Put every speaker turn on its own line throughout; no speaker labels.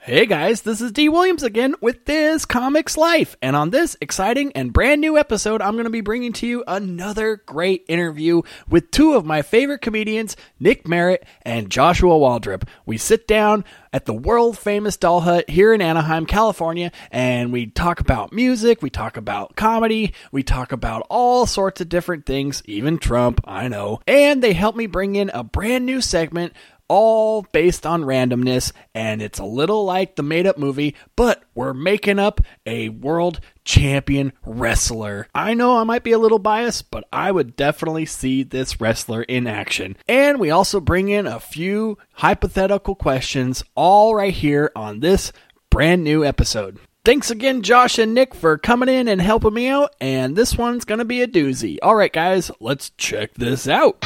Hey guys, this is D. Williams again with This Comics Life. And on this exciting and brand new episode, I'm going to be bringing to you another great interview with two of my favorite comedians, Nick Merritt and Joshua Waldrop. We sit down at the world famous Doll Hut here in Anaheim, California, and we talk about music, we talk about comedy, we talk about all sorts of different things, even Trump, I know. And they help me bring in a brand new segment all based on randomness, and it's a little like the made up movie, but we're making up a world champion wrestler. I know I might be a little biased, but I would definitely see this wrestler in action. And we also bring in a few hypothetical questions, all right here on this brand new episode. Thanks again, Josh and Nick, for coming in and helping me out, and this one's gonna be a doozy. All right, guys, let's check this out.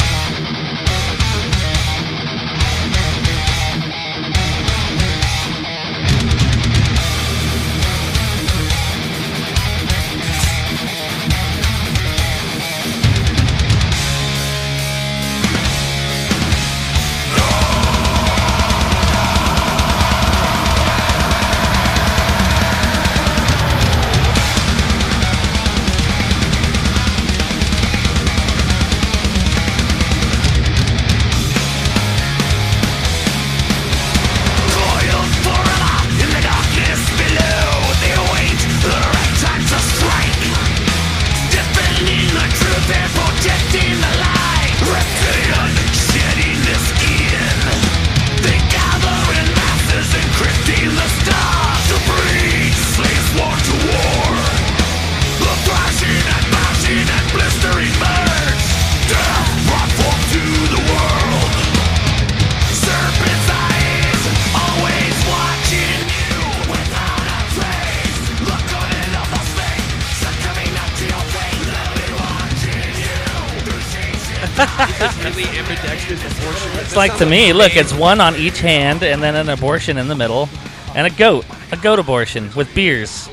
It's like to me, look, it's one on each hand and then an abortion in the middle and a goat. A goat abortion with beers.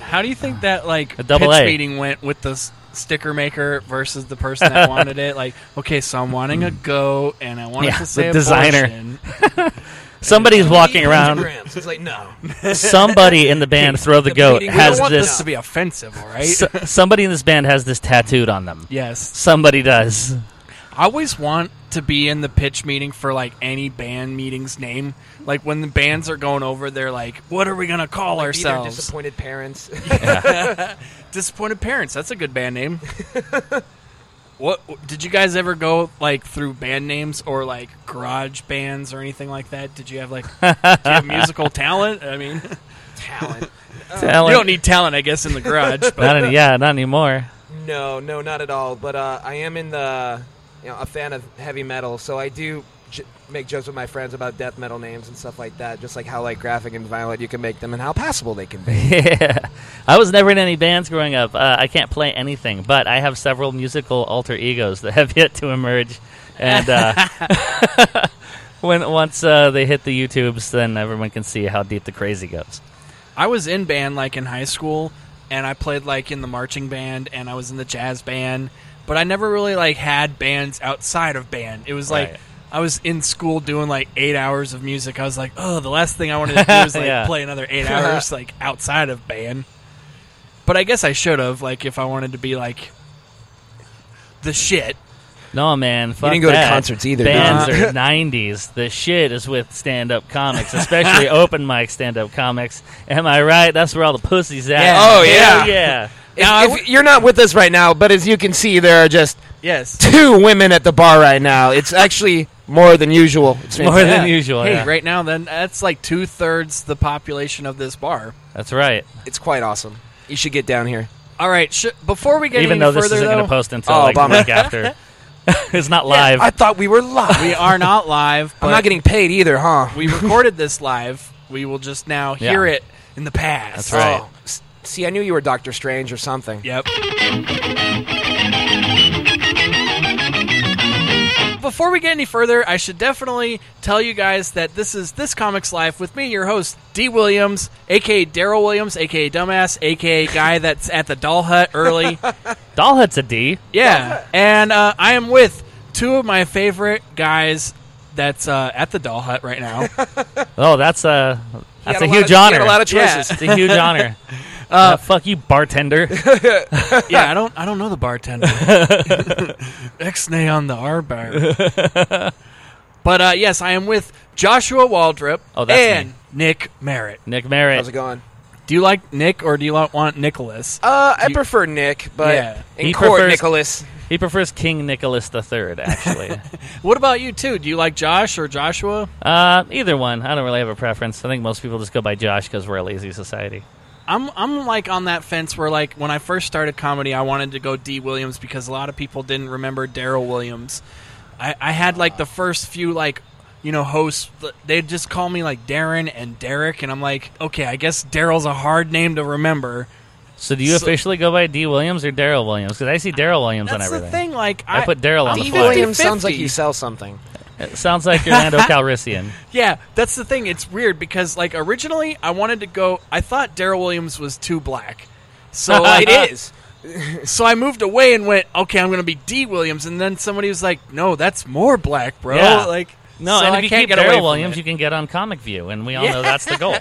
How do you think that like
A double
pitch
A.
meeting went with the s- sticker maker versus the person that wanted it? Like, okay, so I'm wanting a goat, and I want it
Yeah,
to say
the designer.
abortion.
Somebody's walking around.
Grams. It's like no.
Somebody in the band throw the
The
goat
meeting- we
I
has
don't want this,
this
to be offensive, all right?
s- somebody in this band has this tattooed on them.
yes,
Somebody does.
I always want to be in the pitch meeting for like any band meeting's name. Like when the bands are going over, they're like, "What are we gonna call
Be their
ourselves?"
disappointed parents.
Disappointed parents. That's a good band name. what did you guys ever go like through band names or like garage bands or anything like that? Did you have like do you have musical talent? I mean,
Talent.
Tell
Uh, you
it-
don't need talent, I guess, in the garage. But
not any, yeah, not anymore.
No, no, not at all. But uh, I am in the, you know, a fan of heavy metal, so I do j- make jokes with my friends about death metal names and stuff like that. Just like how like graphic and violent you can make them, and how passable they can be.
Yeah. I was never in any bands growing up. Uh, I can't play anything, but I have several musical alter egos that have yet to emerge. And uh, when once uh, they hit the YouTubes, then everyone can see how deep the crazy goes.
I was in band like in high school, and I played like in the marching band, and I was in the jazz band. But I never really like had bands outside of band. It was like
Right.
I was in school doing like eight hours of music. I was like, oh, the last thing I wanted to do is like
Yeah.
play another eight hours like outside of band. But I guess I should have like if I wanted to be like the shit.
No man, fuck
didn't go to
that.
concerts either, did
Bands
you?
are '90s. The shit is with stand-up comics, especially open mic stand-up comics. Am I right? That's where all the pussies at.
Yeah.
Oh,
Hell
yeah.
yeah.
If,
Now, I
if
w-
you're not with us right now, but as you can see, there are just
Yes.
two women at the bar right now. It's actually more than usual. It's
More
fantastic.
than usual.
Hey,
yeah.
right now then that's like two thirds the population of this bar.
That's right.
It's quite awesome. You should get down here.
All right. Sh- before we get any
Even though this
further,
isn't going
though-
to post until
Oh,
like the
bummer.
week after, it's not live.
I thought we were live.
we are not live. But
I'm not getting paid either, huh?
we recorded this live. We will just now hear
Yeah.
it in the past.
That's right.
Oh, s- see, I knew you were Doctor Strange or something.
Yep. Before we get any further, I should definitely tell you guys that this is This Comics Life with me, your host, D. Williams, aka Daryl Williams, aka Dumbass, aka Guy that's at the Doll Hut early.
Doll Hut's a D.
Yeah, and uh, I am with two of my favorite guys that's uh, at the doll hut right now.
Oh, that's a
He had
that's a
lot
huge
of- he had
honor.
a lot of
Yeah.
choices.
it's a huge honor. Uh, fuck you, bartender.
yeah, I don't I don't know the bartender. X-nay on the R bar. But uh, yes, I am with Joshua Waldrop
Oh, that's
and
me.
Nick Merritt.
Nick Merritt.
How's it going?
Do you like Nick or do you like- want Nicholas?
Uh, I
You-
prefer Nick, but
Yeah.
in
He
court,
prefers-
Nicholas.
He prefers King Nicholas III, actually.
What about you too? Do you like Josh or Joshua?
uh, either one. I don't really have a preference. I think most people just go by Josh because we're a lazy society.
I'm I'm like on that fence where like when I first started comedy, I wanted to go D Williams because a lot of people didn't remember Daryl Williams. I, I had like the first few like you know hosts th- they'd just call me like Darren and Derek, and I'm like, okay, I guess Daryl's a hard name to remember.
So do you
So-
officially go by D. Williams or Daryl Williams? Because I see Daryl Williams on
That's the
everything.
thing. Like
I put Daryl on
I'm
the
D.
fly.
Williams
50-50.
sounds like you sell something.
It sounds like you're Lando Calrissian.
Yeah, that's the thing. It's weird because like originally I wanted to go. I thought Daryl Williams was too black, so
Uh,
like,
Uh, it is.
So I moved away and went, okay, I'm going to be D Williams, and then somebody was like, no, that's more black, bro.
Yeah.
Like,
No,
so
and
I
if you
can't
keep
get away
Daryl
from
Williams,
it.
you can get on Comic View, and we all
Yeah.
know that's the goal.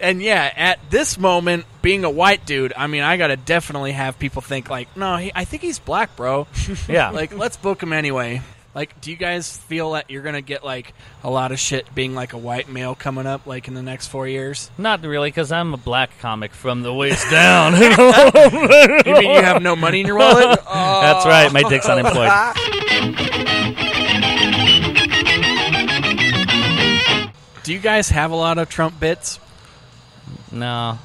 and yeah, at this moment, being a white dude, I mean, I got to definitely have people think like, no, he, I think he's black, bro.
Yeah.
like, let's book him anyway. Like, do you guys feel that you're going to get like a lot of shit being like a white male coming up like in the next four years?
Not really, because I'm a black comic from the waist down.
You mean you have no money in your wallet?
That's right. My
Oh.
dick's unemployed.
Uh,
Do you guys have a lot of Trump bits?
No.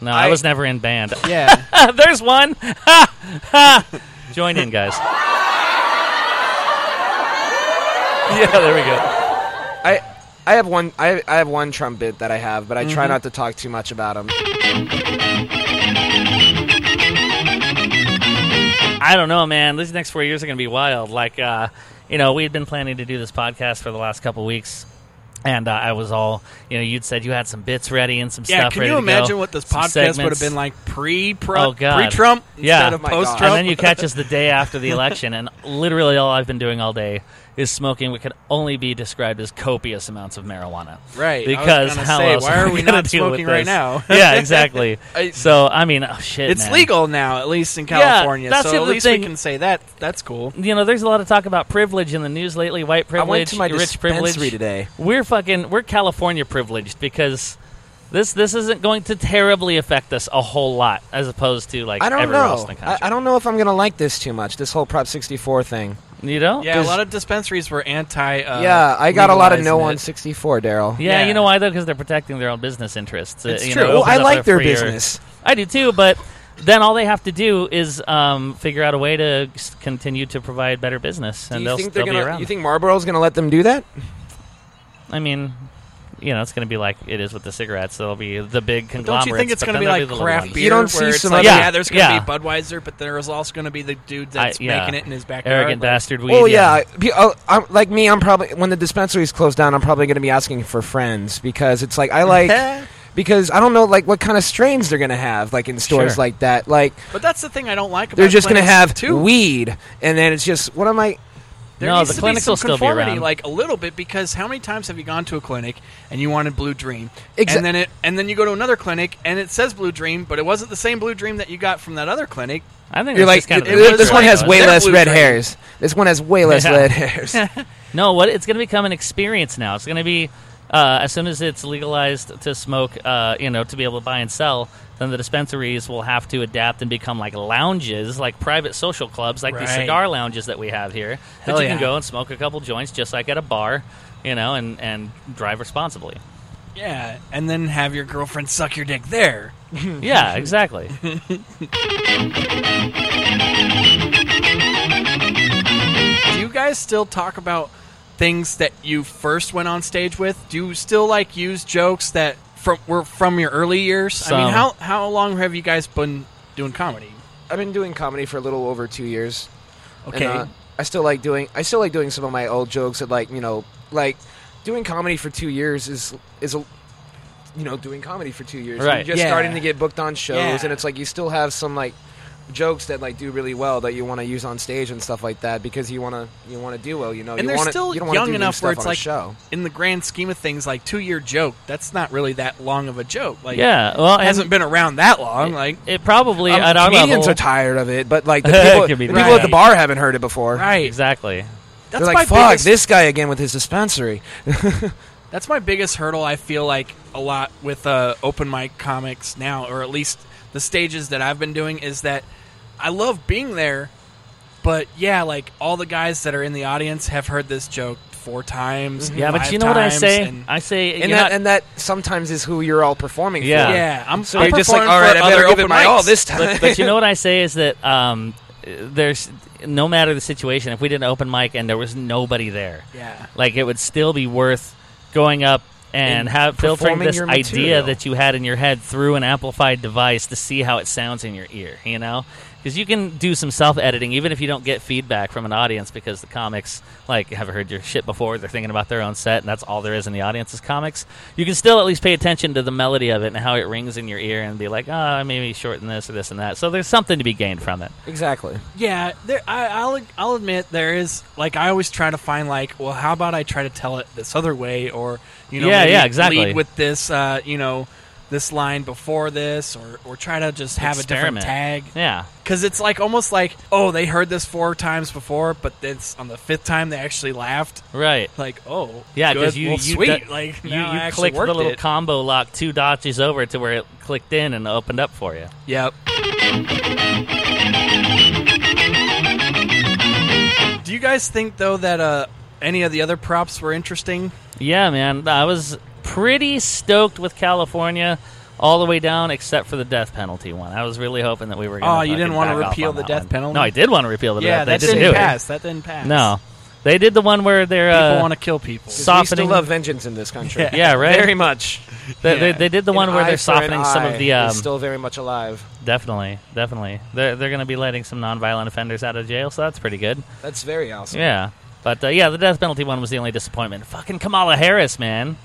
No, I,
I-
was never in band.
Yeah.
There's one. Ha! Ha! Join in, guys. yeah, there we go.
I I have one I, I have one trumpet that I have, but I
Mm-hmm.
try not to talk too much about him.
I don't know, man. These next four years are going to be wild. Like, uh, you know, we had been planning to do this podcast for the last couple weeks. And uh, I was all, you know, you'd said you had some bits ready and some
Yeah,
stuff
can
ready
you
to go,
imagine what this
some
podcast would have
segments.
been like pre
Oh,
Trump,
God.
pre Trump
Yeah.
instead of
Oh, my God.
post
and
Trump?
then you catch us the day after the election, and literally all I've been doing all day is smoking what could only be described as copious amounts of marijuana.
Right. I was
Because
gonna
how
say,
else
why
am
are
I
we
gonna
not
deal with
smoking right
this?
now?
yeah, exactly.
I-
so I mean, oh shit,
It's
man.
legal now, at least in
Yeah,
California.
that's the
so at
other
least
thing.
we can say that. That's cool.
You know, there's a lot of talk about privilege in the news lately. White
I
privilege,
went to my
rich
dispensary
privilege.
today.
We're fucking we're California privileged because. This this isn't going to terribly affect us a whole lot, as opposed to like
I don't
everywhere else in
know.
the
I,
country.
I don't know if I'm gonna like this too much. This whole Prop 64 thing.
you know,
Yeah, a
'Cause-
lot of dispensaries were anti. Uh,
yeah, I got a lot of no
legalizing it.
164, Daryl.
Yeah,
Yeah.
you know why though? Because they're protecting their own business interests. It's you know,
true.
it
Well,
opens
Oh, I
up a
like their
freer-
business.
I do too, but then all they have to do is um, figure out a way to s- continue to provide better business,
Do
and
you
they'll,
think they're
they'll be
gonna?
around.
You think Marlboro's gonna let them do that?
I mean, you know, it's going to be like it is with the cigarettes. Therell be the big
Don't
conglomerates.
you think it's
going
going to
to
be like craft beer?
You don't
where
see
it's
some
like,
other-
yeah, there's going to
Yeah.
be Budweiser, but there's also going to be the dude
I-
that's
yeah.
making it in his backyard.
Arrogant
like,
bastard weed.
Well, yeah. Pe- oh, I'm, like me, I'm probably when the dispensary's closed down, I'm probably going to be asking for friends because it's like I like because I don't know like what kind of strains they're going to have like in stores
Sure.
like that. Like
But that's the thing I don't like about
they're just going to
clinics,
have
too.
weed, and then it's just what am I?
There
No,
needs
the
to
clinics
be some
will still be
conformity,
around.
like a little bit, because how many times have you gone to a clinic and you wanted Blue Dream,
Exa-
and then it, and then you go to another clinic and it says Blue Dream, but it wasn't the same Blue Dream that you got from that other clinic.
I think
You're
that's
like
just kind of
it-
the
it was
nature
this
of
one
it,
has
though,
way
isn't it?
They're
less
blue
red
dream.
hairs. This one has way less
Yeah.
red hairs.
No, what it's going to become an experience now. It's going to be uh, as soon as it's legalized to smoke, uh, you know, to be able to buy and sell. Then the dispensaries will have to adapt and become like lounges, like private social clubs, like these
Right.
cigar lounges that we have here.
Hell
that you
yeah.
can go and smoke a couple joints, just like at a bar, you know, and and drive responsibly.
Yeah, and then have your girlfriend suck your dick there.
yeah, exactly.
Do you guys still talk about things that you first went on stage with? Do you still like use jokes that from were from your early years? I mean,
Some.
how how long have you guys been doing comedy?
I've been doing comedy for a little over two years. And,
Okay.
uh, I still like doing. I still like doing some of my old jokes that, like you know, like doing comedy for two years is is a you know doing comedy for two years.
Right.
You're just
Yeah.
starting to get booked on shows,
Yeah.
and it's like you still have some like jokes that like do really well that you want to use on stage and stuff like that because you want to you want to do well. You know,
And
you
they're
wanna,
still
you don't wanna
young
do new
enough where
stuff
it's
on a
like,
show.
in the grand scheme of things, like two year joke. That's not really that long of a joke. Like,
yeah, well,
it hasn't been around that long. Like,
it probably
Um,
at our
comedians
level.
are tired of it, but like the people, the
Comedians.
people at
Right.
the bar haven't heard it before.
right?
exactly.
Hmm. That's
They're
my
like, "Fuck
biggest.
this guy again with his dispensary."
that's my biggest hurdle. I feel like a lot with uh, open mic comics now, or at least the stages that I've been doing, is that I love being there. But yeah, like all the guys that are in the audience have heard this joke four times.
Yeah, but
five
you know what I
times,
say?
and-
I say
And
you're
that
not-
and that sometimes is who you're all performing
Yeah.
for.
yeah, I'm
So
I'm
you're just like,
performing
"All right,
for
I better
other
give it
open
my all
mics."
this time."
but, but you know what I say is that um, there's no matter the situation. If we did an open mic and there was nobody there,
Yeah.
like it would still be worth going up and
And
have filtering
performing
this
your
idea
material.
that you had in your head through an amplified device to see how it sounds in your ear. You know, because you can do some self editing even if you don't get feedback from an audience because the comics like have heard your shit before. They're thinking about their own set and that's all there is in the audience is comics. You can still at least pay attention to the melody of it and how it rings in your ear and be like, ah, maybe shorten this or this and that. So there's something to be gained from it.
exactly.
Yeah, there, I, I'll I'll admit there is like I always try to find like well how about I try to tell it this other way or you know
Yeah,
maybe
yeah, exactly.
lead with this uh, you know this line before this or or try to just have
Experiment.
a different tag
Yeah.
because it's like almost like oh they heard this four times before but it's on the fifth time they actually laughed
Right.
like oh
Yeah,
good,
because you,
well,
you
sweet
du-
like
you,
now I
you
actually
clicked the
worked
little
it.
combo lock two dodges over to where it clicked in and opened up for you.
Yep. Do you guys think though that uh, any of the other props were interesting?
Yeah, man, I was pretty stoked with California all the way down, except for the death penalty one. I was really hoping that we were. Gonna
Oh, you didn't
want
wanna
to
repeal the death penalty?
No, I did want to repeal the
yeah,
death.
that
they didn't
didn't
do
pass. That didn't pass.
it. No, they did the one where they're
people
uh,
want to kill people.
so-
We
Softening-
still love vengeance in this country.
Yeah.
yeah, right.
Very much.
they, they,
yeah.
they did the
An
one where
eye
they're
for an
softening some
eye
of the um,
is still very much alive.
definitely, definitely. They're they're going to be letting some nonviolent offenders out of jail, so that's pretty good.
That's very awesome.
Yeah, but uh, yeah, the death penalty one was the only disappointment. Fucking Kamala Harris, man.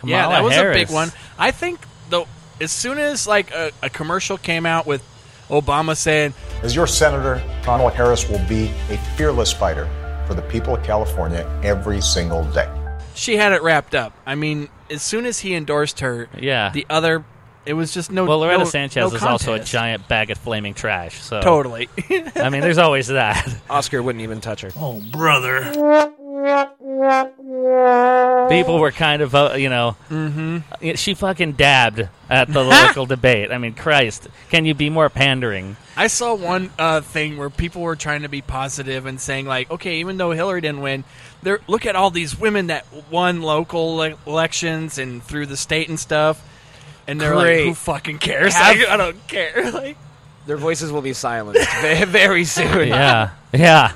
Kamala
yeah, that was
Harris.
a big one. I think though, as soon as like a, a commercial came out with Obama saying,
As your senator, Kamala Harris will be a fearless fighter for the people of California every single day.
she had it wrapped up. I mean, as soon as he endorsed her,
Yeah.
the other, it was just no.
Well, Loretta
no-
Sanchez
no
is also a
contest.
giant bag of flaming trash. So
Totally.
I mean, there's always that.
Oscar wouldn't even touch her.
People were kind of, uh, you know, mm-hmm. she fucking dabbed at the local debate. I mean, Christ, can you be more pandering?
I saw one uh, thing where people were trying to be positive and saying like, okay, even though Hillary didn't win, there look at all these women that won local le- elections and through the state and stuff. And they're
Great.
like, who fucking cares?
Have-
Like, I don't care. Like,
Their voices will be silenced ve- very soon.
Yeah, yeah,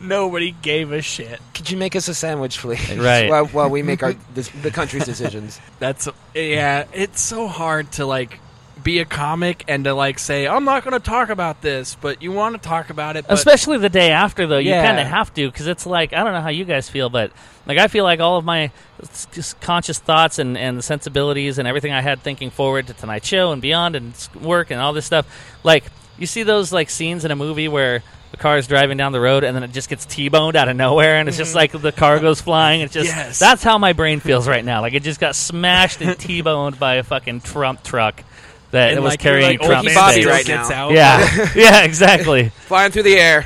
nobody gave a shit.
Could you make us a sandwich, please?
Right.
While, while we make our this, the country's decisions.
That's yeah. It's so hard to like be a comic and to like say I'm not going to talk about this, but you want to talk about it. But
Especially the day after, though, you
Yeah.
kind of have to because it's like I don't know how you guys feel, but like I feel like all of my s- s- conscious thoughts and and sensibilities and everything I had thinking forward to tonight's show and beyond and s- work and all this stuff, like you see those like scenes in a movie where the car is driving down the road and then it just gets t-boned out of nowhere and it's just like the car goes flying. It's just
Mm-hmm. Yes.
that's how my brain feels right now. Like it just got smashed and t-boned by a fucking Trump truck that
and,
was
like, "Oh, you're
carrying
like,
Trump.
old man
Bobby
still
right
gets
now.
out.
Yeah, yeah, exactly.
Flying through the air.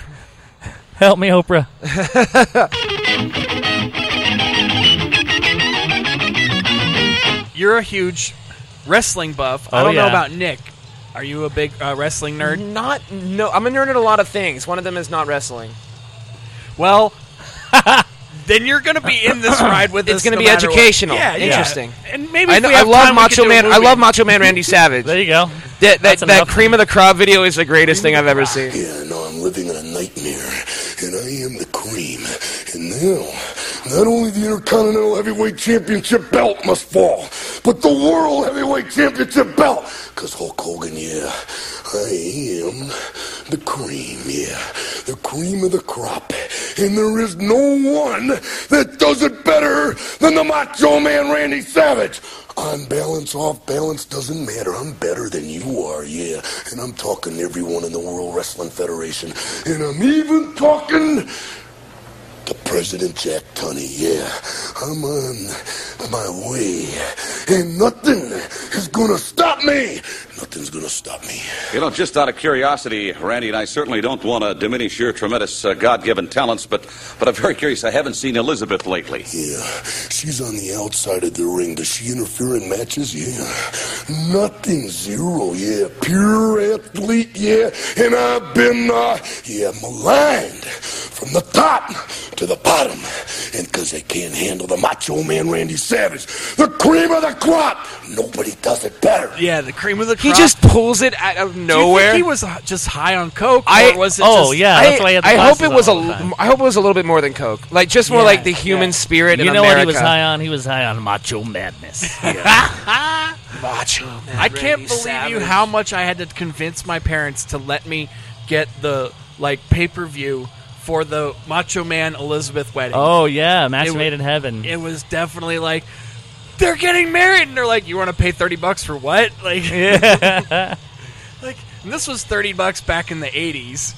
Help me, Oprah.
You're a huge wrestling buff. I
Oh,
don't
yeah.
know about Nick. Are you a big uh, wrestling nerd?
Not no. I'm a nerd at a lot of things. One of them is not wrestling.
Well, then you're going to be in this ride with us.
It's gonna
no
be
matter what.
educational.
Yeah, yeah.
Interesting.
And maybe
I,
if
know,
we
I
have
love
time, we could do
Macho
a
Man. I
movie.
love Macho Man Randy Savage.
There you go.
that that,
that's
that
enough.
cream of the crop video is the greatest thing I've ever seen.
Yeah, no, I'm living in a nightmare, and I am the cream. And now, not only the Intercontinental Heavyweight Championship belt must fall, but the World Heavyweight Championship belt. Because Hulk Hogan, yeah, I am the cream, yeah, the cream of the crop. and there is no one that does it better than the Macho Man Randy Savage. On balance, off balance, doesn't matter. I'm better than you are, yeah. And I'm talking to everyone in the World Wrestling Federation. And I'm even talking to President Jack Tunney, yeah. I'm on my way. And nothing is gonna stop me. Nothing's gonna stop me.
You know, just out of curiosity, Randy, and I certainly don't want to diminish your tremendous uh, God-given talents, but but I'm very curious. I haven't seen Elizabeth lately.
Yeah, she's on the outside of the ring. Does she interfere in matches? Yeah. Nothing zero, yeah. Pure athlete, yeah. And I've been, uh, yeah, maligned from the top to the bottom. And 'cause they can't handle the macho man Randy Savage, the cream of the crop, nobody does it better.
Yeah, the cream of the
He
crop.
just pulls it out of
Do you think
nowhere.
he was uh, just high on coke.
I-
or was it
oh,
just-
yeah, that's why he had the
I hope
glasses
it
on
was a.
all the time.
I hope it was a little bit more than coke. Like just more
Yeah,
like the human
yeah.
spirit.
You
in
know
America.
what he was high on? He was high on macho madness.
Macho.
I can't
Randy
believe you
Savage.
how much I had to convince my parents to let me get the like pay per view for the Macho Man Elizabeth wedding.
oh yeah, match
It wa-
made in heaven.
It was definitely like they're getting married, and they're like, "You want to pay thirty bucks for what?" Like, like and this was thirty bucks back in the eighties.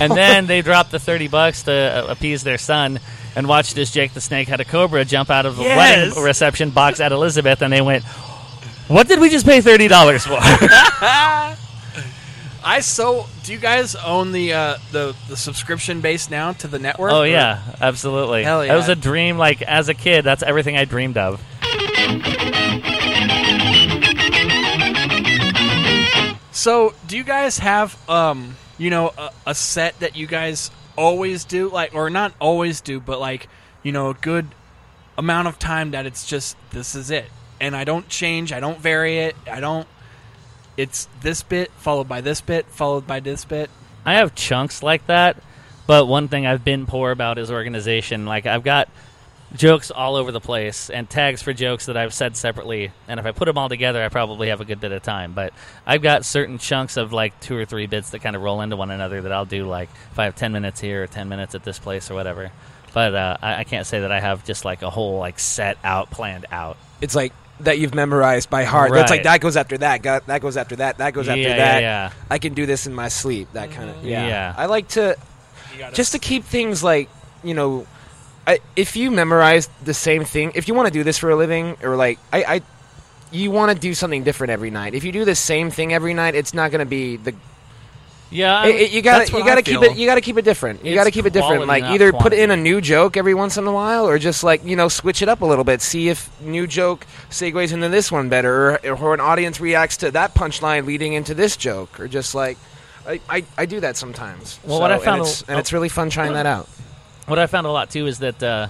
and then they dropped the thirty bucks to uh, appease their son and watched as Jake the Snake had a cobra jump out of the
Yes.
wedding reception box at Elizabeth, and they went, "What did we just pay thirty dollars for?"
I so do you guys own the uh, the the subscription base now to the network?
oh
Or-
yeah, absolutely.
Hell yeah.
That was a dream. Like as a kid, that's everything I dreamed of.
So, do you guys have, um, you know, a, a set that you guys always do, like, or not always do, but like, you know, a good amount of time that it's just this is it, and I don't change, I don't vary it, I don't. It's this bit followed by this bit followed by this bit.
I have chunks like that, but one thing I've been poor about is organization. Like I've got jokes all over the place and tags for jokes that I've said separately, and if I put them all together, I probably have a good bit of time. But I've got certain chunks of like two or three bits that kind of roll into one another that I'll do like if I have ten minutes here or ten minutes at this place or whatever. But uh, I, I can't say that I have just like a whole like set out planned out.
It's like that you've memorized by heart. That's like
Right.
that goes after that. Got, that goes after that. That goes after
Yeah, yeah,
that.
yeah.
I can do this in my sleep. That kind of. Yeah.
Yeah.
I like to just to keep things like you know. I, if you memorize the same thing, if you want to do this for a living, or like I, I you want to do something different every night. If you do the same thing every night, it's not going to be the
Yeah,
It- it- you got
that's
to you
what
got
I
to keep
feel.
it you got to keep it different. You
It's
got to keep it different.
quality,
Like
not
either put in
quantity.
a new joke every once in a while, or just like you know switch it up a little bit. See if new joke segues into this one better, or, or an audience reacts to that punchline leading into this joke, or just like. I, I, I do that sometimes.
Well, what
So-
I found
and, it's,
a-
and it's really fun trying that out.
what I found a lot too is that uh,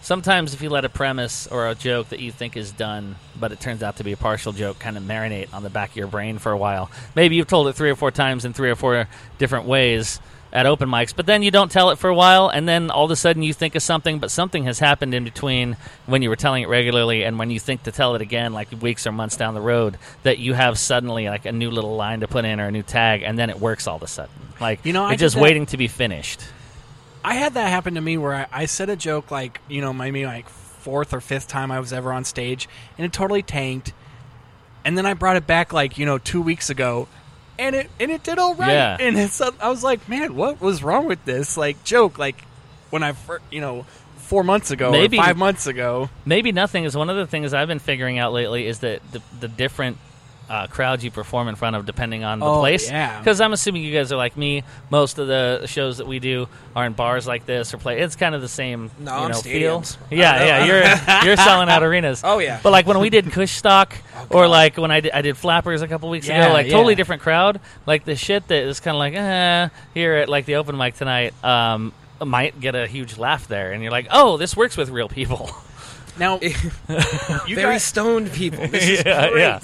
sometimes if you let a premise or a joke that you think is done, but it turns out to be a partial joke, kind of marinate on the back of your brain for a while. Maybe you've told it three or four times in three or four different ways at open mics, but then you don't tell it for a while, and then all of a sudden you think of something, but something has happened in between when you were telling it regularly and when you think to tell it again, like weeks or months down the road, that you have suddenly like a new little line to put in or a new tag, and then it works all of a sudden. Like
You know, I
it's
did
just
that-
waiting to be finished.
I had that happen to me where I, I said a joke like you know maybe like fourth or fifth time I was ever on stage and it totally tanked, and then I brought it back like you know two weeks ago, and it and it did all right.
Yeah.
And it's I was like, man, what was wrong with this like joke? Like when I fir- you know four months ago,
Maybe-
or five months ago.
Maybe nothing is one of the things I've been figuring out lately is that the, the different uh, crowds you perform in front of depending on the
Oh,
place.
yeah.
Because I'm assuming you guys are like me. Most of the shows that we do are in bars like this or play. It's kind of the same
No,
you
I'm
know, feel.
stadiums. I don't
Yeah,
know.
yeah. You're you're selling out arenas.
Oh, yeah. Oh,
But like when we did Kushstock or like when I did, I did Flappers a couple weeks
Yeah,
ago, like
yeah.
totally different crowd. Like the shit that is kind of like eh, here at like the open mic tonight. Um, might get a huge laugh there, and you're like, "Oh, this works with real people."
Now you
Very
guys,
stoned people. This is
yeah,
great.
yeah.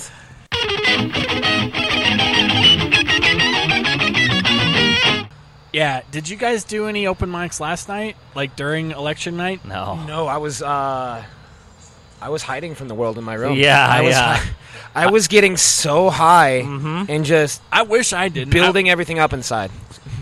yeah. Did you guys do any open mics last night, like during election night?
No.
No, I was uh, I was hiding from the world in my room.
Yeah,
I was
yeah.
hi- I was getting so high and just
I wish I didn't. I-
building everything up inside.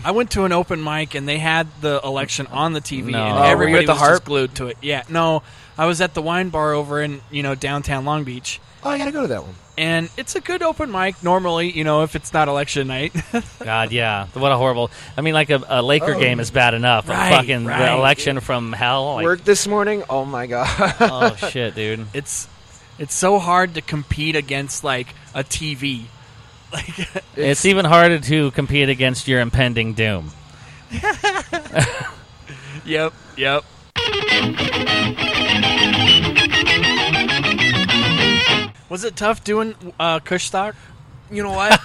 I went to an open mic and they had the election on the TV
No.
and
Oh, were you
everybody
at the
was
Harp?
just glued to it. Yeah, no, I was at the wine bar over in you know downtown Long Beach,
Oh, I gotta go to that one.
and it's a good open mic normally. You know, if it's not election night,
God, yeah. What a horrible. I mean, like a, a Laker
Oh,
game is bad enough. but
Right,
fucking
right.
the election from hell. Like,
Work this morning. Oh my god.
oh shit, dude.
it's it's so hard to compete against like a TV. Like
It's even harder to compete against your impending doom.
Yep, yep. Was it tough doing uh, Kushstock?
you know what?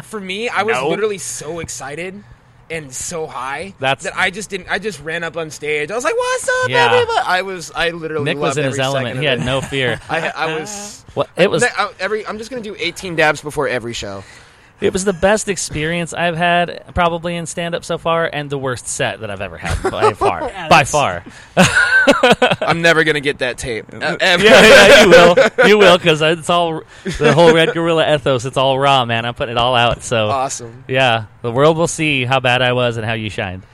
was it, for me. I was literally so excited and so high
That's-
that I just didn't. I just ran up on stage. I was like, "What's up,
Yeah.
everybody?" I was. I literally
Nick was
loved
in his
every second
element.
of
He had
it.
no fear.
I, I was.
Well, it was
I, every. I'm just gonna do 18 dabs before every show.
it was the best experience I've had probably in stand up so far, and the worst set that I've ever had by far. by far.
I'm never gonna get that tape. Uh, ever.
Yeah, yeah, you will. You will because it's all the whole Red Gorilla ethos. It's all raw, man. I'm putting it all out. So
Awesome.
yeah, the world will see how bad I was and how you shined.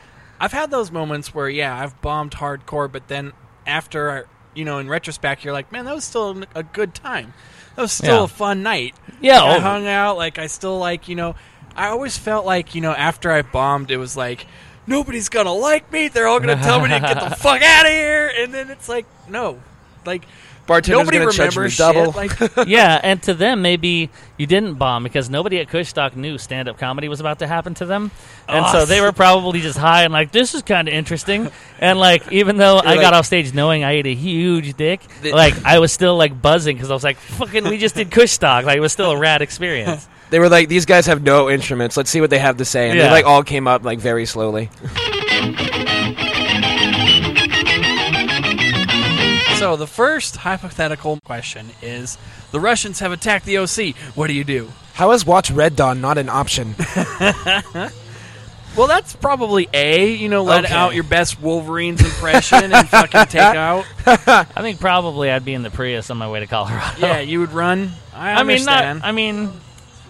I've had those moments where, yeah, I've bombed hardcore, but then after, you know, in retrospect, you're like, man, that was still a good time. That was still
Yeah.
a fun night.
Yeah,
Like, I
oh.
hung out. Like, I still, like, you know, I always felt like, you know, after I bombed, it was like, nobody's going to like me. They're all going to tell me to get the fuck out of here. And then it's like, no. Like,
Bartender's
nobody
gonna
remembers
charge me
shit.
double.
Like,
yeah, and to them, maybe you didn't bomb because nobody at Kushstock knew stand up comedy was about to happen to them. And so they were probably just high and like, this is kind of interesting. And like, even though I
like-
got off stage knowing I ate a huge dick,
The-
like, I was still like buzzing because I was like, fucking, we just did Kushstock. Like, it was still a rad experience.
They were like, "These guys have no instruments. Let's see what they have to say." And they
Yeah.
like all came up like very slowly.
so the first hypothetical question is the Russians have attacked the OC. What do you do?
How is watch Red Dawn not an option?
Well, that's probably A, you know, let
Okay.
out your best Wolverine's impression and fucking take out.
I think probably I'd be in the Prius on my way to Colorado.
Yeah, you would run. I,
I mean,
understand.
not, I mean,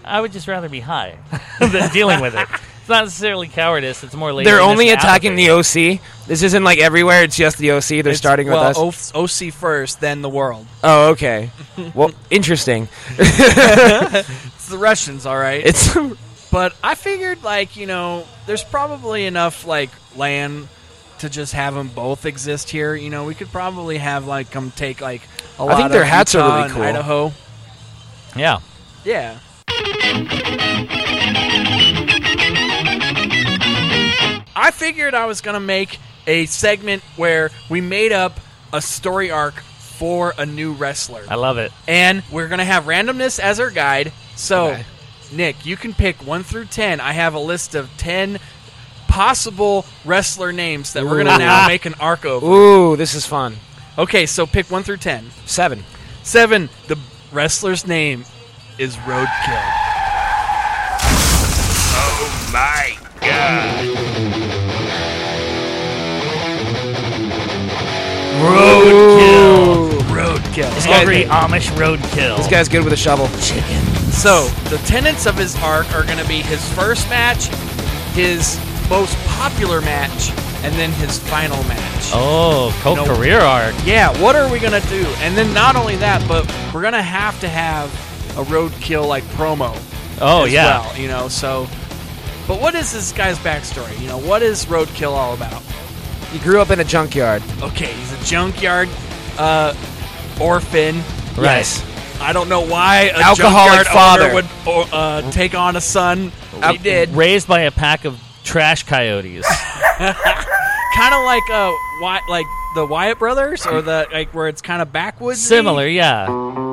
I would just rather be high than dealing with it. It's not necessarily cowardice, it's more laziness
They're only
and
attacking
apathy.
the OC. This isn't like everywhere. It's just the OC. They're
It's-
starting with
well, oh.
us.
O- OC first, then the world.
Oh, okay. Well, interesting.
It's the Russians, all right.
It's
but I figured, like, you know, there's probably enough, like, land to just have them both exist here. You know, we could probably have, like, come take, like, a lot
think their
of
hats are
Utah
really
and
cool.
Idaho.
Yeah.
Yeah. I figured I was going to make a segment where we made up a story arc for a new wrestler.
I love it.
And we're going to have randomness as our guide. So,
Okay.
Nick, you can pick 1 through 10. I have a list of 10 possible wrestler names that we're going to now make an arc over.
ooh, this is fun.
Okay, so pick 1 through 10.
Seven.
7. The wrestler's name is Roadkill.
Roadkill.
guy's
Hungry
good.
Amish roadkill.
This guy's good with a shovel.
So the tenets of his arc are going to be his first match, his most popular match, and then his final match.
Oh, Coke
No.
career arc.
Yeah, what are we going to do? And then not only that, but we're going to have to have a roadkill like promo.
Oh
as
yeah.
well, you know. So, but what is this guy's backstory? You know, what is roadkill all about?
He grew up in a junkyard.
Okay, he's a junkyard uh, orphan.
Right.
I don't know why a junkyard
Alcoholic father.
owner would or, uh, take on a son. He did.
Raised by a pack of trash coyotes.
kind of like uh, Wy- like the Wyatt brothers, or the like where it's kind of backwoods.
Similar, yeah.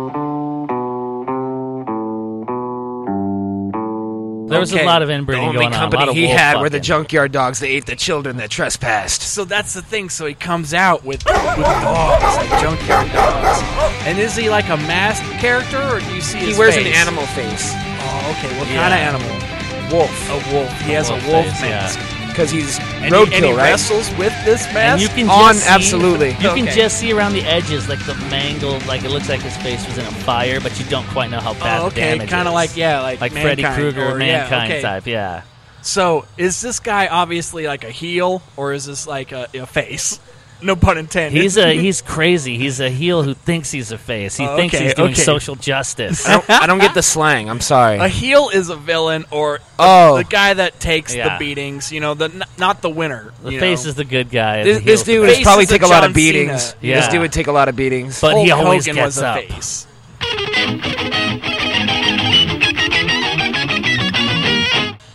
There was
Okay.
a lot of
The
inbreeding
only
going on. A lot
company
of
he
wolf
had were the
fucking.
junkyard dogs. They ate the children that trespassed.
So that's the thing. So he comes out with with dogs, like junkyard dogs. And is he like a masked character, or do you see?
He
his
wears an
face?
animal face.
Oh, okay. What
Yeah.
kind of animal?
Wolf.
A wolf. He has a
wolf
wolf
face, yeah.
mask.
Because he's
And,
roadkill,
he, and he
right?
wrestles with this
And
mask.
you can
On,
just see,
absolutely.
You can
Okay.
just see around the edges, like the mangled, like it looks like his face was in a fire, but you don't quite know how bad
oh,
the
okay.
damage
Kind of
is.
like yeah, like
like
Mankind
Freddy Krueger,
or- yeah,
mankind
okay.
type, yeah.
So is this guy obviously like a heel or is this like a, a face? No pun intended.
He's a he's crazy. He's a heel who thinks he's a face. He
Oh,
thinks
okay,
he's doing
okay.
social justice.
I don't, I don't get the slang. I'm
a
sorry.
heel is a villain or
Oh.
the guy that takes
Yeah.
the beatings. You know, the n- not the winner.
The
you
face
know.
is the good guy. and
This,
the heel
this
is the
dude
bad
would
face
probably
is the
take a lot of
John
beatings.
Cena.
Yeah.
This dude would take a lot of beatings.
But he
Hulk
always
Hogan was
gets
a
up.
face.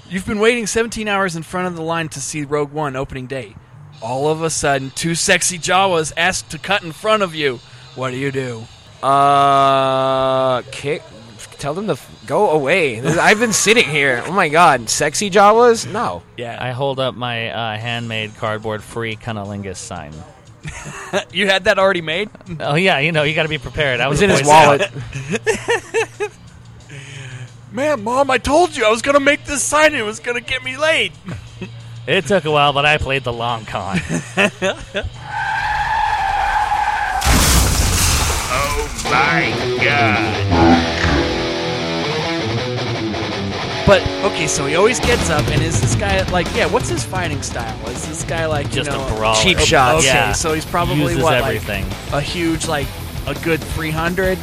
You've been waiting 17 hours in front of the line to see Rogue One opening day. All of a sudden, two sexy Jawas ask to cut in front of you. What do you do?
Uh, kick. Tell them to f- go away. This- I've been sitting here. Oh my god, sexy Jawas? No.
Yeah,
I hold up my uh, handmade cardboard free cunnilingus sign.
you had that already made.
Oh yeah, you know you got to be prepared. I
It
was
was in
a
his
Boy
wallet.
Man, Mom, I told you I was gonna make this sign. It was gonna get me laid.
Scout. It took a while, but I played the long con.
But okay, so he always gets up, and is this guy like, yeah? What's his fighting style? Is this guy like
Just
you know,
a brawler.
cheap shot.
Okay,
Yeah.
so he's probably
Uses
what, like,
everything.
a huge like a good 300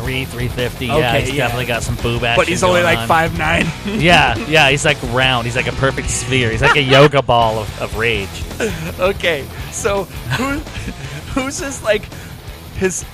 Three, three fifty. yeah,
Okay,
he's
yeah.
definitely got some boob action.
but he's only
going
like
on.
five nine.
Yeah, yeah, he's like round. He's like a perfect sphere. He's like a yoga ball of, of rage.
okay so who who's his like his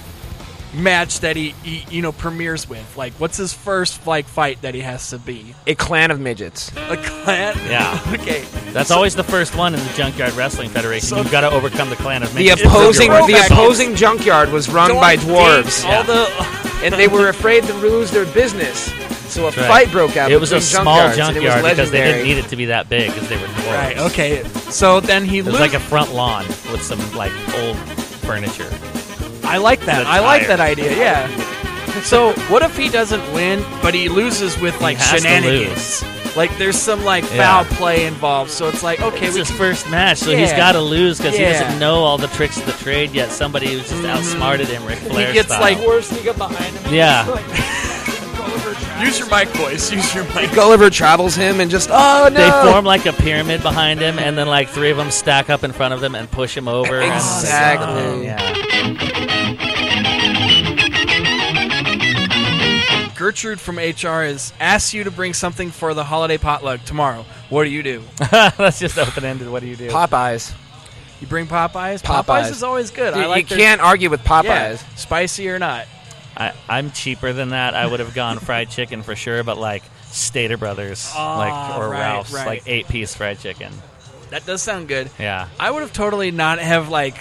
match that he, he you know premieres with like what's his first like fight that he has to be
A clan of midgets.
a clan
Yeah.
okay
That's always the first one in the Junkyard Wrestling Federation.
So-
You've got to overcome the clan of
The
midgets.
opposing
throwback.
the opposing junkyard was run
Don't
by
date
dwarves,
all
Yeah.
the
and they were afraid to lose their business. So a
That's right.
fight broke out.
It was a
between
small
junkyards, and it was
junkyard because they didn't
legendary.
need it to be that big because they were dwarves.
right okay so then he
It
loses
was like a front lawn with some like old furniture.
I like that.
The
I like
tire.
that idea. Yeah. So what if he doesn't win, but he loses with like
has to
shenanigans? Like there's some like
Yeah.
foul play involved. So it's like okay,
It's
we
his first match, so he's
Yeah.
got to lose because he
Yeah. Mm-hmm.
doesn't know all the tricks of the trade yet. Somebody who's just outsmarted him, Ric Flair
he gets
style.
like
yeah,
use your mic voice, use your mic.
Gulliver travels him and just oh no.
they form like a pyramid behind him, and then like three of them stack up in front of him and push him over. and-
Exactly.
yeah.
Gertrude from HR is asks you to bring something for the holiday potluck tomorrow. What do you do?
That's just open ended. What do you do?
Popeyes.
You bring Popeyes.
Popeyes.
is always good.
Dude,
I like
you
their-
can't argue with Popeyes.
Yeah, spicy or not.
I, I'm cheaper than that. I would have gone fried chicken for sure, but like Stater Brothers,
Ah,
like or
right,
Ralph's,
right.
like eight piece fried chicken.
That does sound good.
Yeah.
I would have totally not have like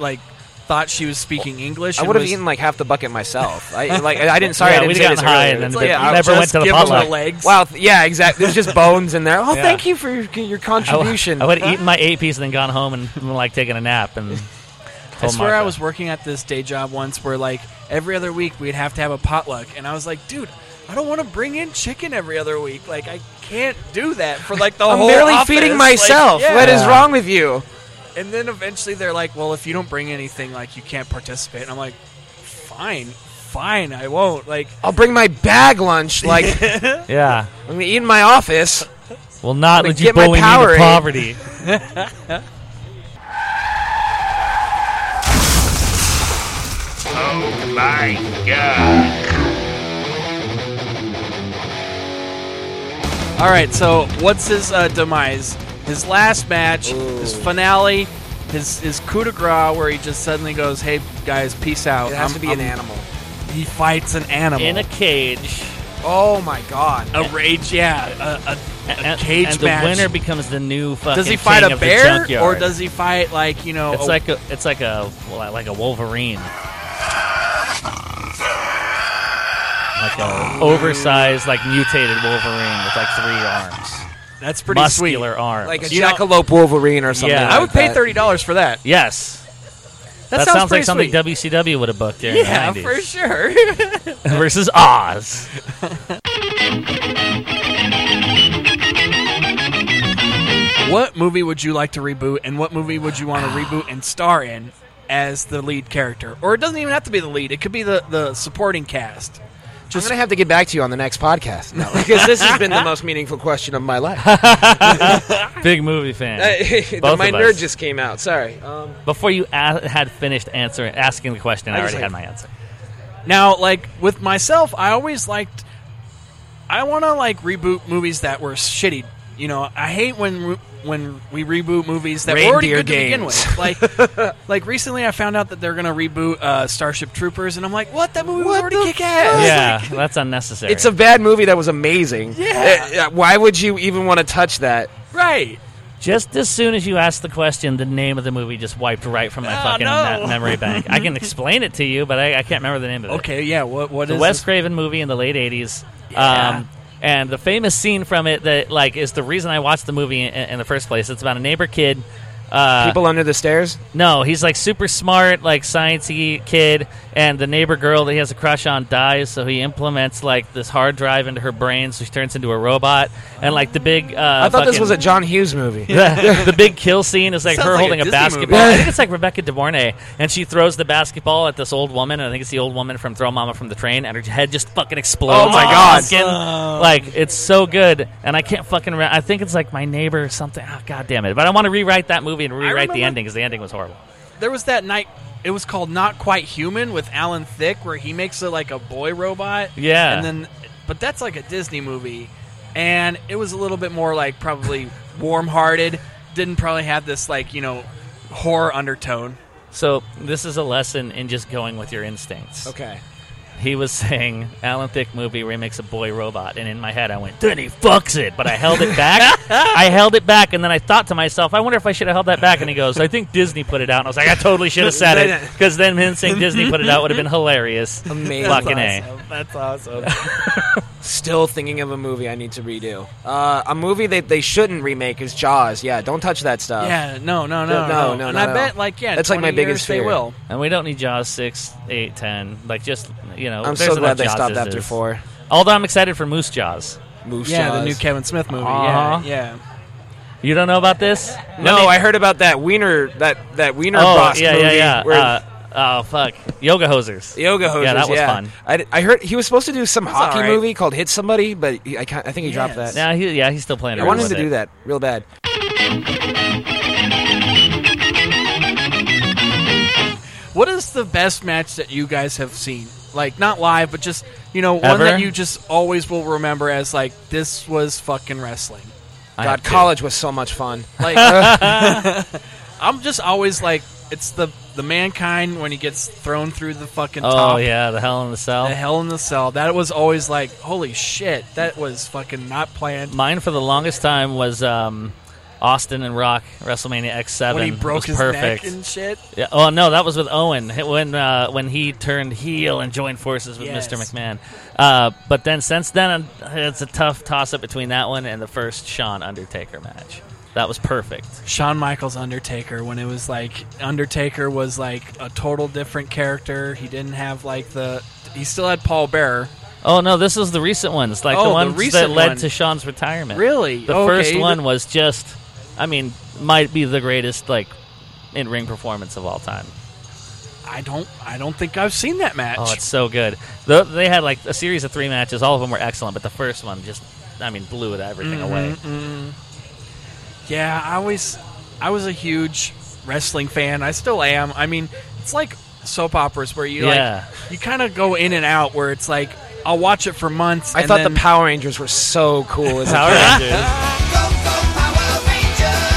like thought she was speaking English.
I
and
would have
was-
eaten like half the bucket myself. I like I didn't. Sorry,
Yeah,
I didn't
we'd
say
gotten
this
high
earlier.
and then
It's
the-
like, yeah, I-
never
just
went to the
give 'em
potluck.
the legs.
Wow. th- Yeah. Exactly. There's just bones in there. Oh,
Yeah.
thank you for your, your
I
contribution.
would have eaten my eight piece and then gone home and like taken a nap. And
I
told
swear I
Martha.
was working at this day job once where like every other week we'd have to have a potluck and I was like, dude, I don't want to bring in chicken every other week. Like I can't do that for like the
I'm
whole
barely
office.
feeding
Like,
myself.
yeah.
What is wrong with you?
And then eventually they're like, Well, if you don't bring anything, like you can't participate and I'm like, Fine, fine, I won't. Like
I'll bring my bag lunch. Like I'm
Yeah.
gonna eat in my office.
Will not
gonna
let you
get my
bully me to
Powerade.
poverty.
All right, so what's his uh, demise? His last match, his finale, his his coup de grace, where he just suddenly goes, "Hey guys, peace out."
It has
I'm-
to be an
I'm-
animal.
He fights an animal
In a cage.
Oh my god.
A rage, yeah, a, a, a
And,
cage
and
match.
the winner becomes the new fucking
does he fight
king
a
of the
bear
junkyard.
or does he fight like you know? oh,
It's
a-
like a, it's like a well, like a Wolverine. Like a oversized, like mutated Wolverine with like three arms,
that's pretty
muscular
sweet.
arms.
Like a
You know-
jackalope wolverine or something.
Yeah.
like
I would pay
that.
thirty dollars for that.
yes,
That,
sounds, like
pretty
something
sweet.
WCW would have booked there.
yeah,
in the 90s.
for sure.
versus Oz.
what movie would you like to reboot, and what movie would you want to reboot and star in as the lead character? Or it doesn't even have to be the lead; it could be the the supporting cast.
I'm gonna have to get back to you on the next podcast no, because this has been the most meaningful question of my life. Uh,
Big movie fan.
the-
Both
my
of
nerd
us.
just came out. Sorry. Um,
Before you a- had finished answering asking the question, I,
I
already
just
had my
like-
answer.
Now, like with myself, I always liked. I want to like reboot movies that were shitty. You know, I hate when re- when we reboot movies that were already
Reindeer
good to begin with. Like, like recently, I found out that they're gonna reboot uh, Starship Troopers, and I'm like, what? That movie was
What
already
the
kick ass.
Yeah, that's unnecessary.
it's a bad movie that was amazing.
Yeah.
Uh, uh, why would you even want to touch that?
Right.
just as soon as you asked the question, the name of the movie just wiped right from my
Oh,
fucking
no.
me- memory bank. I can explain it to you, but I, I can't remember the name of it.
Okay. Yeah. What? What is
the Wes Craven movie in the late '80s.
Yeah.
Um, and the famous scene from it that like is the reason I watched the movie in, in the first place. It's about a neighbor kid. Uh,
People under the stairs.
no, he's like super smart, like sciencey kid, and the neighbor girl that he has a crush on dies, so he implements like this hard drive into her brain, so she turns into a robot. And like the big, uh,
I thought this was a
fucking-
John Hughes movie.
the, the big kill scene is like
Sounds
her
like a
holding a,
Disney
basketball.
movie.
I think it's like Rebecca De Mornay, and she throws the basketball at this old woman, and I think it's the old woman from Throw Mama from the Train, and her head just fucking explodes.
Oh my
like,
God.
fucking- Like it's so good, and I can't fucking. Re- I think it's like my neighbor or something. Oh, God damn it! But I want to rewrite that movie and rewrite the
remember-
ending because the ending was horrible.
There was that night. It was called Not Quite Human with Alan Thicke, where he makes it like a boy robot.
Yeah.
And then, but that's like a Disney movie, and it was a little bit more like probably warm-hearted. Didn't probably have this like you know horror undertone.
So this is a lesson in just going with your instincts.
Okay.
He was saying Alan Thicke movie remakes a boy robot, and in my head I went, "Then he fucks it," but I held it back. I held it back, and then I thought to myself, "I wonder if I should have held that back." And he goes, "I think Disney put it out," and I was like, "I totally should have said it," because then him saying Disney put it out would have been hilarious.
Amazing.
Fucking a.
That's awesome. Still thinking of a movie I need to redo. Uh, a movie that they shouldn't remake is Jaws. Yeah, don't touch that stuff.
yeah. No. No. No.
No, no, no,
And
no,
I
no.
bet like yeah, in
That's like my
20 years
biggest
They
fear.
will.
And we don't need Jaws six, eight, ten. Like just you know,
I'm
there's
so
enough
glad they
Jaws
stopped
as
after
is.
four.
Although I'm excited for Moose Jaws.
Moose
Yeah.
Jaws.
The new Kevin Smith movie. Yeah.
Uh-huh.
Yeah.
You don't know about this?
No, I heard about that Wiener that that Wiener
Oh
Boss
yeah,
movie
yeah, yeah.
where
Uh, oh fuck, yoga hosers.
yoga hosers.
Yeah, that was fun.
I, I heard he was supposed to do some hockey
alright.
movie called Hit Somebody, but he, I, can't- I think he dropped
Yes.
that.
Now he, yeah, he's still playing.
I
around
wanted
with
to
it.
do that real bad.
What is the best match that you guys have seen? Like not live, but just you know one
Ever?
that you just always will remember as like this was fucking wrestling.
I
God,
have to.
college was so much fun.
Like I'm just always like it's the the mankind when he gets thrown through the fucking
Oh
top.
yeah, the Hell in the Cell.
The hell in the cell. That was always like, holy shit, that was fucking not planned.
Mine for the longest time was um, Austin and Rock WrestleMania X Seven.
When he broke his
perfect.
neck and shit.
Yeah, oh no, that was with Owen when uh, when he turned heel and joined forces with
Yes.
Mr. McMahon. Uh, but then since then, uh, it's a tough toss up between that one and the first Shawn Undertaker match. That was perfect.
Shawn Michaels Undertaker when it was like Undertaker was like a total different character. He didn't have like the he still had Paul Bearer.
Oh no, this is the recent ones, like
Oh,
the
the
ones that
recent
led
one.
to Sean's retirement.
Really?
the
Okay.
first one was just, I mean, might be the greatest like in ring performance of all time.
I don't I don't think I've seen that match.
Oh, it's so good. The, they had like a series of three matches. All of them were excellent, but the first one just, I mean, blew it everything
Mm-hmm,
away.
Yeah, I always I was a huge wrestling fan. I still am. I mean, it's like soap operas where you
Yeah.
like you kind of go in and out where it's like I'll watch it for months.
I
and
thought
then-
the Power Rangers were so cool. As a
Power
kid.
Rangers.
Go, go, Power Rangers!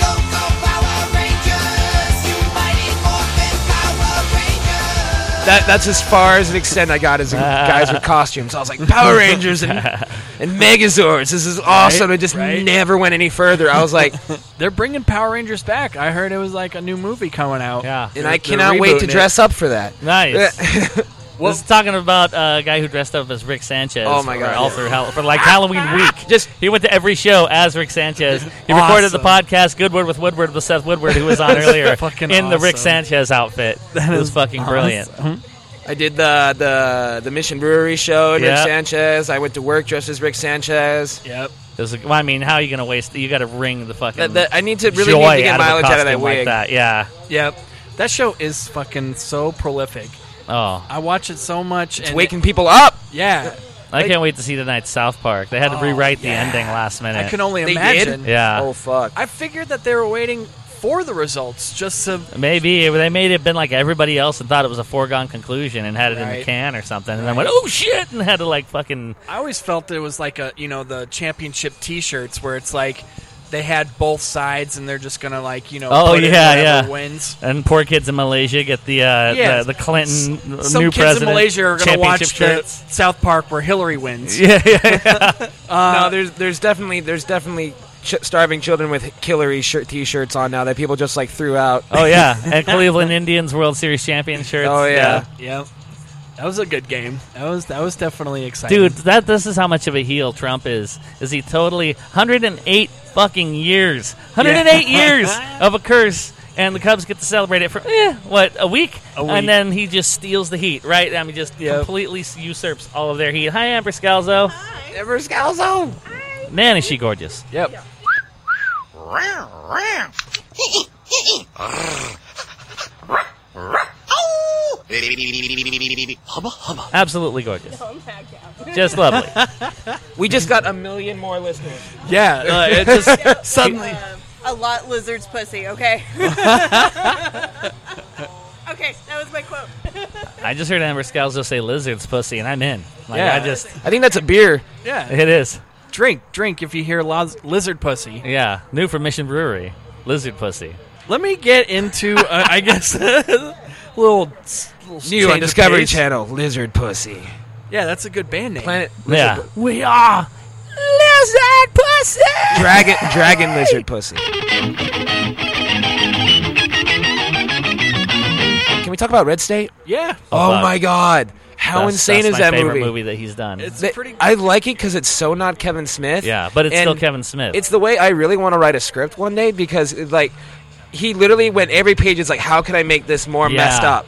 Go, go, Power Rangers! You mighty morphin Power Rangers!
That, that's as far as an extent I got as a, guys with costumes. I was like Power Rangers and, and Megazords. This is awesome.
Right,
it just
right.
never went any further. I was like,
they're bringing Power Rangers back. I heard it was like a new movie coming out.
Yeah.
and
They're-
I
they're
cannot wait to
rebooting it.
dress up for that.
Nice. this is talking about uh, a guy who dressed up as Rick Sanchez.
Oh, my God,
For, all
yeah.
through Hall- for like Halloween week.
Just-
he went to every show as Rick Sanchez. He recorded the podcast Good Word with Woodward with Seth Woodward, who was on earlier,
fucking
in the Rick
awesome.
Sanchez outfit. That was fucking brilliant.
I did the the the Mission Brewery show. Rick
Yeah.
Sanchez. I went to work dressed as Rick Sanchez.
Yep.
It was like- well, I mean, how are you going to waste? You got to ring the fucking.
That- that- I need to really
joy
need to get
out
mileage
of, a
out of that
costume
wig.
Like that. Yeah,
Yep. That show is fucking so prolific.
Oh,
I watch it so much.
It's
and
waking people up.
Yeah,
I can't wait to see tonight's South Park. They had to rewrite the ending last minute.
Oh, I can only
They
imagine.
did?
yeah.
oh fuck.
I figured that they were waiting for the results just to.
Maybe they made it been like everybody else and thought it was a foregone conclusion and had it in the
Right.
can or something, and then went, "Oh shit!" and had to like fucking
I always felt it was like a you know the championship T-shirts where it's like they had both sides and they're just gonna like you know.
Oh,
put in
yeah,
whoever
yeah.
Wins.
and poor kids in Malaysia get the uh,
Yeah.
the, the Clinton uh,
Some
new
kids
president
in Malaysia are gonna watch
championship shirts.
the South Park where Hillary wins.
yeah, yeah,
no, there's there's definitely there's definitely ch- starving children with Hillary shirt t-shirts on now that people just like threw out.
oh yeah, and Cleveland Indians World Series champion shirts.
Oh, yeah.
Yeah. That was a good game. That was that was definitely exciting.
dude, that this is how much of a heel Trump is. Is he totally 108 fucking years, 108 years of a curse, and the Cubs get to celebrate it for eh, what a week?
A week.
and then he just steals the heat, right? I mean, just completely usurps all of their heat. Hi, Amber Scalzo.
Ever Scalzo.
Man, is she gorgeous?
Yep.
Absolutely gorgeous. Just lovely.
We just got a million more listeners.
Yeah. uh, it just suddenly.
A lot lizard's pussy, okay? okay, that was my quote.
I just heard Amber Scalzo say "lizard's pussy," and I'm in. Like,
Yeah.
I just
I think that's a beer.
Yeah.
it is.
Drink, drink if you hear liz- lizard pussy.
Yeah, new from Mission Brewery, lizard pussy.
Let me get into, uh, I guess, a little, little
New
change
on
of
Discovery
pace.
Channel, Lizard Pussy.
Yeah, that's a good band name.
Planet
Yeah, we are lizard pussy.
Dragon Dragon Lizard Pussy. Can we talk about Red State?
Yeah,
Oh,
fuck.
my god. How
That's-
insane
that's
is
my
that
favorite
movie?
that he's done.
It's
They-
pretty.
I like it because it's so not Kevin Smith.
yeah, but it's
And
still Kevin Smith.
It's the way I really want to write a script one day because it, like he literally went every page is like how can I make this more
Yeah.
messed up?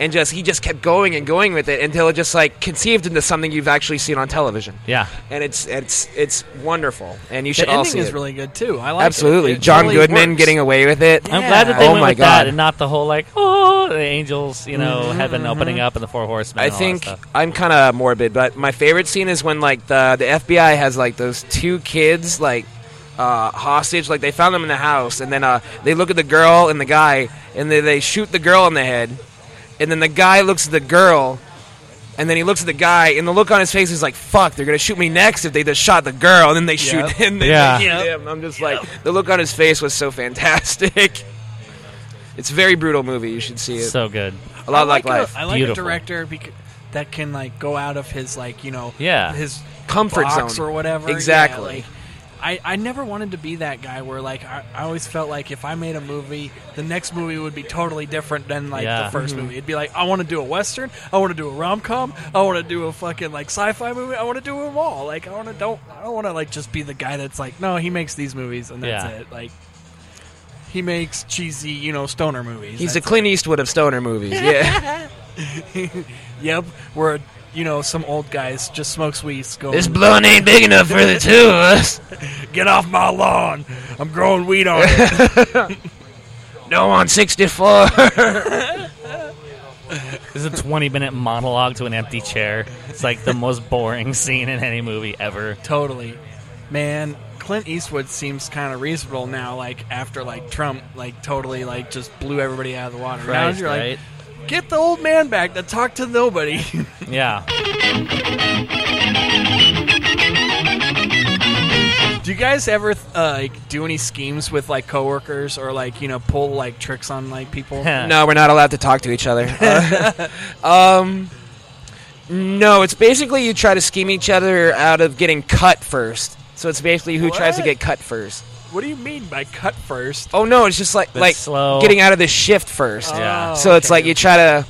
And just he just kept going and going with it until it just like conceived into something you've actually seen on television.
yeah,
And it's it's it's wonderful. And you should
the
all
ending
see
is
it.
really good too. I like it.
Absolutely.
It
John
really
Goodman
works.
getting away with it.
I'm glad that they
Oh
went
my
with that
God. Mm-hmm.
and not the whole like oh the angels you know heaven opening up and the four horsemen.
I
and all that
think
stuff.
I'm kind of morbid, but my favorite scene is when like the the FBI has like those two kids like uh, hostage. Like they found them in the house, and then uh, they look at the girl and the guy, and they, they shoot the girl in the head, and then the guy looks at the girl. And then he looks at the guy, and the look on his face is like, "Fuck, they're gonna shoot me next if they just shot the girl." And then they shoot him. They
Yeah.
shoot him. I'm just like, the look on his face was so fantastic. it's a very brutal movie. You should see it.
so good.
a
I
lot
like,
like life.
A, I like
Beautiful.
a director bec- that can like go out of his like you know
Yeah.
his
Comfort
box
zone.
or whatever. Yeah,
Exactly.
like, I, I never wanted to be that guy where like I, I always felt like if I made a movie, the next movie would be totally different than like
Yeah.
the 1st
Mm-hmm.
movie. It'd be like I want to do a western, I want to do a rom com, I want to do a fucking like sci fi movie, I want to do them all. Like I want to don't I don't want to like just be the guy that's like no he makes these movies and that's
Yeah.
it. Like he makes cheesy you know stoner movies.
He's
That's
a Clint Eastwood of stoner movies. Yeah,
Yep, where you know some old guys just smokes weed, go
this blunt ain't big enough for the two of us.
get off my lawn. I'm growing weed on it.
No on sixty four.
This is a 20 minute monologue to an empty chair. It's like the most boring scene in any movie ever.
totally, man. Clint Eastwood seems kind of reasonable now. Like after like Trump, like totally like just blew everybody out of the water. now
Christ,
you're
right?
like, get the old man back that talked to nobody.
Yeah,
do you guys ever th- uh, like do any schemes with like coworkers or like you know pull like tricks on like people?
no, we're not allowed to talk to each other. Uh, um, no, it's basically you try to scheme each other out of getting cut first. So it's basically who tries to
What?
get cut first.
What do you mean by cut first?
Oh no, it's just like like
slow.
getting out of the shift first.
Oh,
Yeah.
So it's like you try to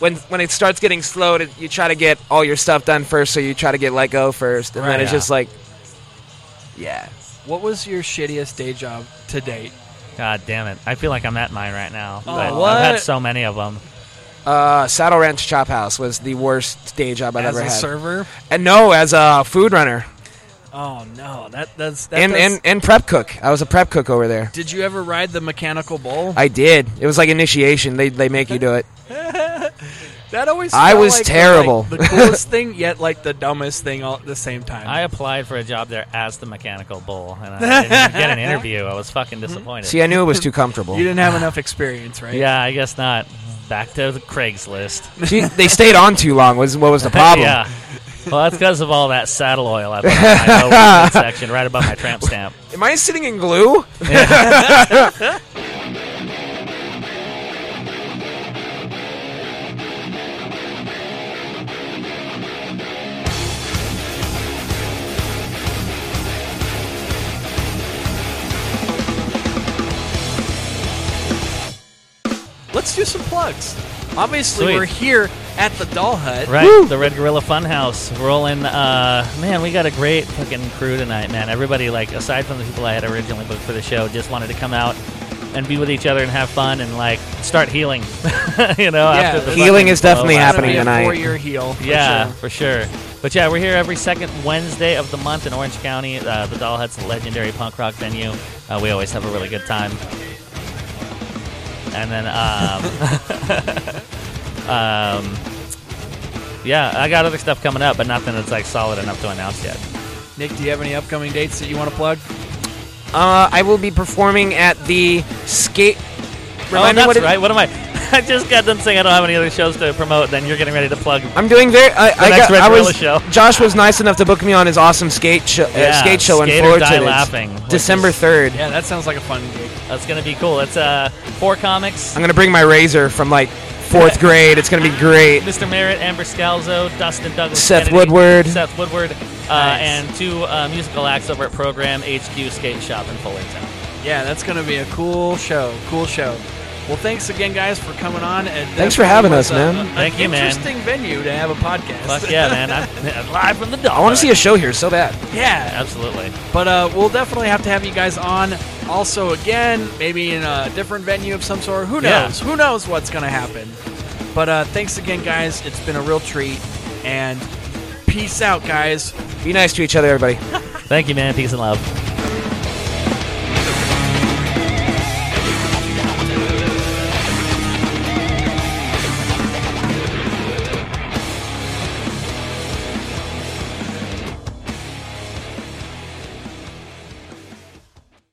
when when it starts getting slow, to, you try to get all your stuff done first. So you try to get let go first, and
Right.
then it's
Yeah.
just like, yeah.
What was your shittiest day job to date?
God damn it! I feel like I'm at mine right now.
Oh,
But
what?
I've had so many of them.
Uh, Saddle Ranch Chop House was the worst day job I've
As
ever
a
had.
server,
and no, as a food runner
Oh no, that that's that
and,
does-
and and prep cook. I was a prep cook over there.
did you ever ride the mechanical bull?
I did. It was like initiation. They they make you do it.
That always.
I
felt
was
like the,
terrible.
like, The, coolest thing, yet like the dumbest thing all at the same time.
I applied for a job there as the mechanical bull, and I didn't get an interview. I was fucking disappointed.
Mm-hmm. See, I knew it was too comfortable.
you didn't have enough experience, right?
yeah, I guess not. Back to the Craigslist.
She, they stayed on too long. Was what was the problem?
yeah. Well, that's because of all that saddle oil I put in my overcoat section right above my tramp stamp.
Am I sitting in glue? Uh,
Let's do some plugs. Obviously,
Sweet.
we're here at the Doll Hut.
Right, the Red Gorilla Funhouse rolling. Uh, man, we got a great fucking crew tonight, man. Everybody, like, aside from the people I had originally booked for the show, just wanted to come out and be with each other and have fun and like start healing. you know, after the
Healing
fucking
is definitely
blow last
happening
night.
tonight.
Four year heel. for
Yeah,
sure.
for sure. But yeah, we're here every second Wednesday of the month in Orange County. Uh, the Doll Hut's a legendary punk rock venue. Uh, we always have a really good time. And then, um, um, yeah, I got other stuff coming up, but nothing that's like solid enough to announce yet.
Nick, do you have any upcoming dates that you want to plug?
Uh, I will be performing at the skate.
oh,
Remind me
that's
what it-
right. What am I? I just got done saying I don't have any other shows to promote. Then you're getting ready to plug.
I'm doing very. I, I
next
got.
Red
I was.
Gorilla show.
Josh was nice enough to book me on his awesome skate show. uh,
Yeah,
skate show
Skate
in
or
Fullerton.
Die
It's
Laughing, which
December
is-
third.
Yeah, that sounds like a fun gig.
That's gonna be cool. It's uh, four comics.
I'm gonna bring my razor from like fourth grade. It's gonna be great.
Mr. Merritt, Amber Scalzo, Dustin Douglas,
Seth
Kennedy,
Woodward.
Seth Woodward, uh, and two uh, musical acts over at Program HQ Skate Shop in Fullerton.
Yeah, that's going to be a cool show. Cool show. Well, thanks again, guys, for coming on. It
Thanks for
definitely
having
was
us,
a-
man.
a- an
Thank you, man.
Interesting venue to have a podcast.
Fuck yeah, man! I'm live from the dog.
I want to see a show here so bad.
yeah,
Absolutely.
But uh, we'll definitely have to have you guys on also again, maybe in a different venue of some sort. Who
Yeah.
knows? Who knows what's going to happen? But uh, thanks again, guys. It's been a real treat. And peace out, guys.
Be nice to each other, everybody.
Thank you, man. Peace and love.